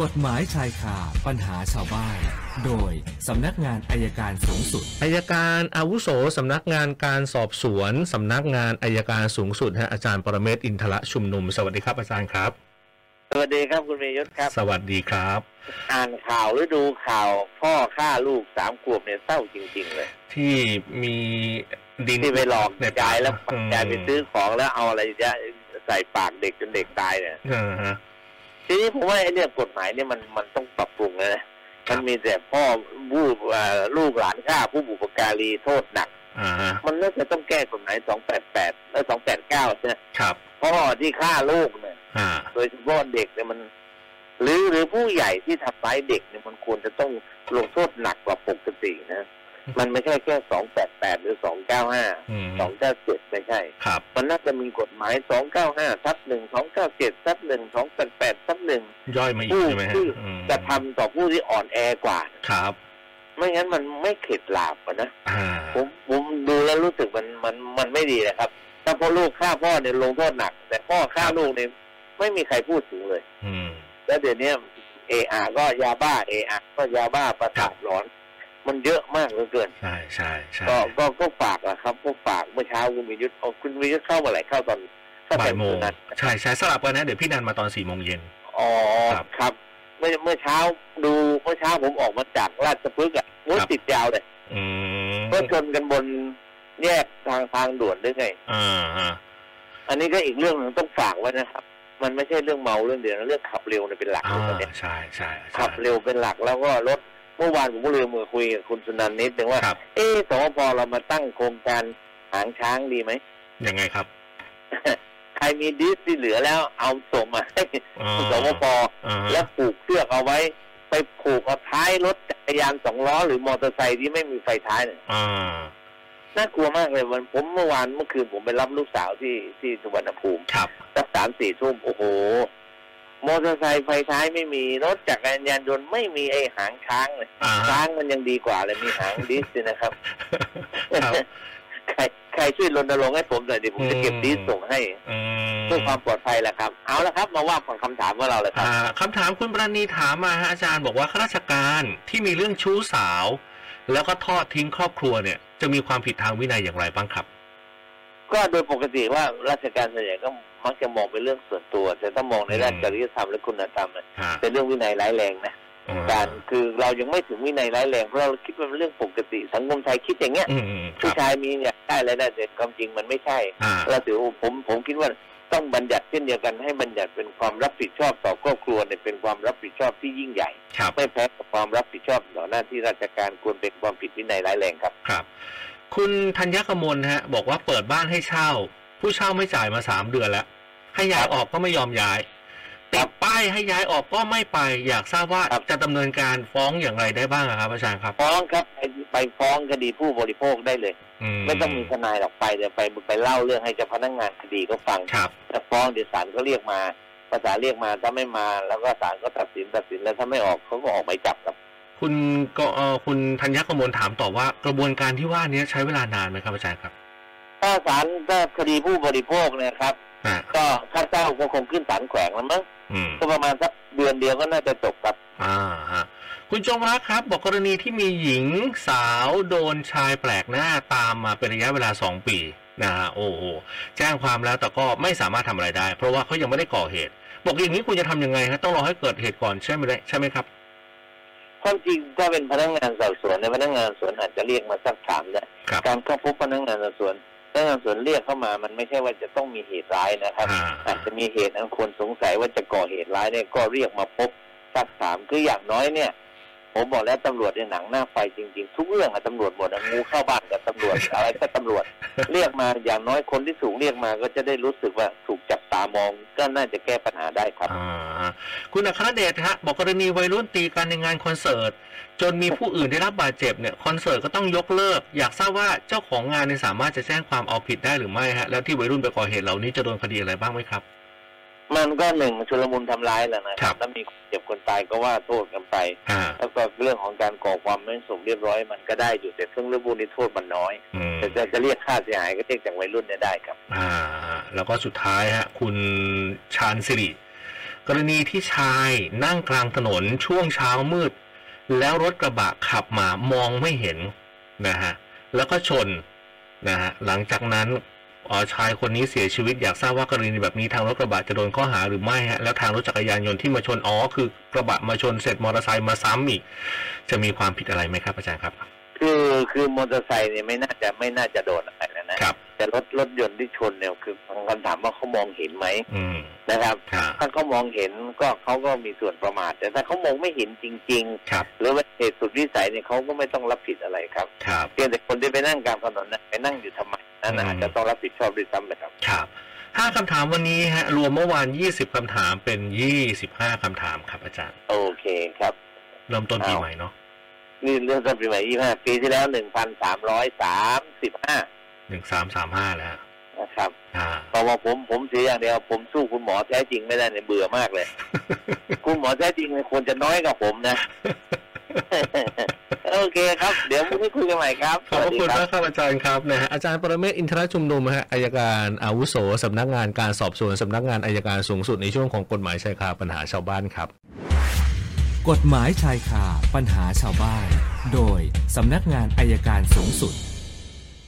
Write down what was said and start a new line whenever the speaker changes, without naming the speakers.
กฎหมายชายคาปัญหาชาวบ้าน โดยสำนักงานอายการสูงสุด
อายการอาวุโสสำนักงานการสอบสวนสำนักงานอายการสูงสุดฮะอาจารย์ปรเมศวร์อินทระชุมนุม สวัสดีครับอาจารย์ครับ
สวัสดีครับคุณเมยศครับ
สวัสดีครับ
อ่านข่าวหรือดูข่าว พ่อฆ่าลูกสามขวบเนี่ยเศร้าจริง ๆ เลย
ที่มีดิน
ที่ไปหลอก
ใน
ยายแล้ว
อืม
ยายไปซื้อของแล้วเอาอะไรยะใส่ปากเด็กจนเด็กตายเนี่ย
เออฮะ
ทีนี้ผมว่าไอ้เรื่องกฎหมายเนี่ยมันมันต้องปรับปรุงนะ
ครับ
มันมีแต่พ่อผู้เอ่อลูกหลานฆ่าผู้บุปการีโทษหนัก
อ่าฮะ
มันน่าจะต้องแก้กฎหมายสองแปดแปดและสองแปดเก้าเนี่ย
ครับ
พ่อที่ฆ่าลูกเนี่ย
อ่า
โดยเฉพาะเด็กเนี่ยมัน หรือหรือผู้ใหญ่ที่ทำร้ายเด็กเนี่ยมันควรจะต้องลงโทษหนักกว่าปกตินะ มันไม่ใช่แค่สองแปดแปดหรือสองเก้าห้า
อืม
สองเก้าเจ็ดไม่ใช่
ครับ
มันน่าจะมีกฎหมายสองเก้าห้าทับหนึ่งสองเก้าเจ็ดทับหนึ่งสองแปดแปดทับหนึ่ง
ย่อยมาอีก
ผู้
ใช่ไหมฮะ
ที่
อืม
จะทำต่อผู้ที่อ่อนแอกว่า
ครับ
ไม่งั้นมันไม่เข็ดหลาบอะนะ
อ่า
ผมผมดูแล้วรู้สึกมันมันมันไม่ดีนะครับ ถ้าพ่อลูกฆ่าพ่อเนี่ยลงโทษหนัก แต่พ่อฆ่าลูกเนี่ยไม่มีใครพูดถึงเลย
อืม
แล้วเดี๋ยวนี้เออาก็ยาบ้าเออาก็ยาบ้าประสาทหลอน มันเยอะมากเหลือเกิน
ใช่ใช่ใช่
ก็ก็ก็ฝากอะครับก็ฝากเมื่อเช้าคุณวิยุทธ์เอาคุณวิยุทธ์เข้ามาไหนเข้าตอนเข้
บ่ายโมง
นัด
ใช่ใช่สลับกันนะ เดี๋ยวพี่นันมาตอนสี่โมงเย็น
อ๋อ
ครับ
ครับเมื่อเมื่อเช้าดูเมื่อเช้าผมออกมาจากราชพฤกษ์อะรถ
ครับ
ติดยาวเลย
อืม
ก็ชนกันบนแยกทางทางด่วนหรือไง
อ่าฮะ
อันนี้ก็อีกเรื่องหนึงต้องฝากไว้นะครับ มันไม่ใช่เรื่องเมาเรื่องเดียวนะเรื่องขับเร็วเนี่ยเป็นหลัก
อ่า
เลยตอนเนี้ย
ใช่ใช่ใช่
ขับเร็วเป็นหลักแล้วก็รถเมื่อวานผมก็เลยมือคุยกับคุณสุนันท์นิดนึงว่า
ครับ
เออสวพเรามาตั้งโครงการหางช้างดีไหม
ยังไงครับ
ใครมีดิสที่เหลือแล้วเอาส่งมาให้
อ่า
สวพ
อ่าฮะ
แล้วผูกเชือกเอาไว้ ไปผูกเอาท้ายรถจักรยานสองล้อ หรือมอเตอร์ไซค์ที่ไม่มีไฟท้ายเนี่ย
อ่า
น่ากลัวมากเลยวันผมเมื่อวานเมื่อคืนผมไปรับลูกสาวที่ที่สุวรรณภูมิ
ครับ
สักสามสี่ทุ่มโอ้โห มอเตอร์ไซค์ไฟท้ายไม่มีรถจักรยานยนต์ไม่มีไอหางช้างเลย
อ่าฮะ
ช้างมันยังดีกว่าเลยมีหางดิ สเนี่ยนะครับ
ครับ
ใครใครช่วยรณรงค์ให้ผมหน่อยดิผมจะเก็บ
อืม
ดิสส่งให้
อืม
เพื่อความปลอดภัยแหละครับ เอาละครับ มาว่าคำถามของเราเลยครับ
อ่าคำถามคุณประณีถามมาฮะอาจารย์บอกว่าข้าราชการที่มีเรื่องชู้สาว แล้วก็ทอดทิ้งครอบครัวเนี่ย จะมีความผิดทางวินัยอย่างไรบ้างครับ
ก็โดยปกติว่าราชการส่วนใหญ่ก็มักจะมองเป็นเรื่องส่วนตัว แต่ถ้ามองในด้าน
อืม
จริยธรรมและคุณธรรมเนี่ย
ฮะ
เป็นเรื่องวินัยร้ายแรงนะ
อ่
การคือเรายังไม่ถึงวินัยร้ายแรงเพราะเราคิดว่าเป็นเรื่องปกติ สังคมไทยคิดอย่างเงี้ย
อืมอืมค
ผู้
รับ
ชายมีอยากได้อะไรได้แต่ความจริงมันไม่ใช่
อ่า
เราถือว่าผมผมคิดว่าต้องบัญญัติเช่นเดียวกันให้บัญญัติเป็นความรับผิดชอบต่อครอบครัวเนี่ยเป็นความรับผิดชอบที่ยิ่งใหญ่
ครับ
ไม่แพ้กับความรับผิดชอบต่อหน้าที่ราชการควรเป็นความผิดวินัยร้ายแรงครับ
ครับ คุณธัญกมลฮะ บอกว่าเปิดบ้านให้เช่า ผู้เช่าไม่จ่ายมาสามเดือนแล้วให้ย้ายออกก็ไม่ยอมย้าย
ค
ติ
รั
ด
บ
ป้ายให้ย้ายออกก็ไม่ไป อยากทราบว่า
ครับ
จะดำเนินการฟ้องอย่างไรได้บ้างอะครับอาจารย์ครับ
ฟ้องครับไปไปฟ้องคดีผู้บริโภคได้เลย ไม่ต้องมีทนายหรอกไปเดี๋ยวไปไปเล่าเรื่องให้เจ้าพนักงานคดีก็ฟัง
ครับ
ถ้าฟ้องเดี๋ยวศาลก็เรียกมาภาษาลเรียกมาถ้าไม่มาแล้วก็ศาลก็ตัดสินตัดสินแล้วถ้าไม่ออกเขาก็ออกหมายจับครับ
คุณก็เอ่อคุณธัญญกมลถามต่อว่ากระบวนการที่ว่านี้ใช้เวลานานไหมครับอาจารย์ครับ
ถ้าศาลถ้าคดีผู้บริโภคเนะครับ
อ่า
ก็ค่าเจ้าก็คงขึ้นศาลแขวงแล้วมั้ง
อืม
ก็ประมาณสักเดือนเดียวก็น่าจะจบครับ
อ่าฮะคุณจงรักครับ บอกกรณีที่มีหญิงสาวโดนชายแปลกหน้าตามมาเป็นระยะเวลาสองปีนะฮะโอ้โหแจ้งความแล้วแต่ก็ไม่สามารถทำอะไรได้ เพราะว่าเขายังไม่ได้ก่อเหตุ บอกอย่างนี้คุณจะทำยังไงฮะต้องรอให้เกิดเหตุก่อนใช่ไหมใช่ไหมครับ
ความจริงถ้าเป็นพนักงานสอบสวนในยพนักงานสอบสวนอาจจะเรียกมาสักถามนะครับ การเข้าพบพนักงานสอบสวนพนักงานสอบสวนเรียกเข้ามา มันไม่ใช่ว่าจะต้องมีเหตุร้ายนะครับ
อ่า
อาจจะมีเหตุอันควรสงสัยว่าจะก่อเหตุร้ายเนี่ยก็เรียกมาพบสักถามคืออย่างน้อยเนี่ย ผมบอกแล้วตำรวจเนี่ยหนังหน้าไฟจริงๆ ทุกเรื่องอะตำรวจหมดอะงูเข้าบ้านกับตำรวจอะไรก็ต ำรวจ เรียกมาอย่างน้อยคนที่ถูกเรียกมาก็จะได้รู้สึกว่าถูกจับตามองก็น่าจะแก้ปัญหาได้ครับ
อ่าฮะคุณอัครเดชฮะบอกกรณีวัยรุ่นตีกันในงานคอนเสิร์ต จนมีผู้อื่นได้รับบาดเจ็บเนี่ยคอนเสิร์ตก็ต้องยกเลิก อยากทราบว่าเจ้าของงานเนี่ยสามารถจะแจ้งความเอาผิดได้หรือไม่ฮะแล้วที่วัยรุ่นไปก่อเหตุเหล่านี้จะโดนคดีอะไรบ้างไหมครับ
มันก็หนึ่งชุลมุนทำร้ายแหละนะค
ครั
รับ บแล้วมีคนเจ็บคนตายก็ว่าโทษกันไป
อ่า
แล้วก็เรื่องของการก่อความไม่สงบเรียบร้อยมันก็ได้อยู่แต่เครื่องเรื่องพวกนี้โทษมันน้อย
อืม
แต่จะจะเรียกค่าเสียหายก็เรียกจากวัยรุ่นเนี่ยได้ครับ
อ่า แล้วก็สุดท้ายฮะคุณชาญสิริก กรณีที่ชายนั่งกลางถนนช่วงเช้ามืด แล้วรถกระบะขับมามองไม่เห็นนะฮะแล้วก็ชนนะฮะหลังจากนั้นเอ่อชายคนนี้เสียชีวิตอยากทราบว่ากรณีแบบนี้ทางรถกระบะจะโดนข้อหาหรือไม่ฮะแล้วทางรถจักรยานยนต์ที่มาชนอ๋อคือกระบะมาชนเสร็จมอเตอร์ไซค์มาซ้ำอีก จะมีความผิดอะไรไหมครับอาจารย์ครับ
คือคือมอเตอร์ไซค์เนี่ยไม่น่าจะไม่น่าจะโดนอะไรแล้วนะครับ แต่รถรถยนต์ที่ชนเนี่ยคือคำถามว่าเขามองเห็นไหม
อืม
นะครับ
ครับ
ถ้าเขามองเห็นก็เขาก็มีส่วนประมาท แต่ถ้าเขามองไม่เห็นจริง
ครับ
ๆ หรือว่าเหตุสุดวิสัยเนี่ยเขาก็ไม่ต้องรับผิดอะไรครับ
ครับ
เพียงแต่คนที่ไปนั่งกลางถนนนะไปนั่งอยู่ทำไมนั่นน่ะ
อืม
อาจจะต้องรับผิดชอบด้วยซ้ำนะครับ
ครับห้าคำถามวันนี้ฮะ รวมเมื่อวาน 20 คำถามเป็น 25 คำถามครับอาจารย์
โอเคครับ
เริ่มต้นปี
เอา
ใหม่เนาะ
นี่เรื่องต้นปีใหม่ยี่ห้าปีที่แล้วหนึ่งพันสามร้อยสามสิบห้า
1335 แล้วฮะ
นะครับ
อ่า
เพราะว่าผมผมเสียอย่างเดียวผมสู้คุณหมอแท้จริงไม่ได้เนี่ยเบื่อ มากเลย คุณหมอแท้จริงเนี่ยควรจะน้อยกว่าผมนะ โอเคครับ เดี๋ยวพรุ่งนี้คุยกันใหม่ครับ
ขอบพระคุณ
ส
มากครับ
วัสดีรั
อาจารย์ครับนะฮะอาจารย์ปรเมศวร์อินทรชุมนุมฮะอายการอาวุโสสำนักงานการสอบสวนสำนักงานอายการสูงสุดในช่วงของกฎหมายชายคาปัญหาชาวบ้านครับ
กฎหมายชายคาปัญหาชาวบ้าน โดยสำนักงานอายการสูงสุด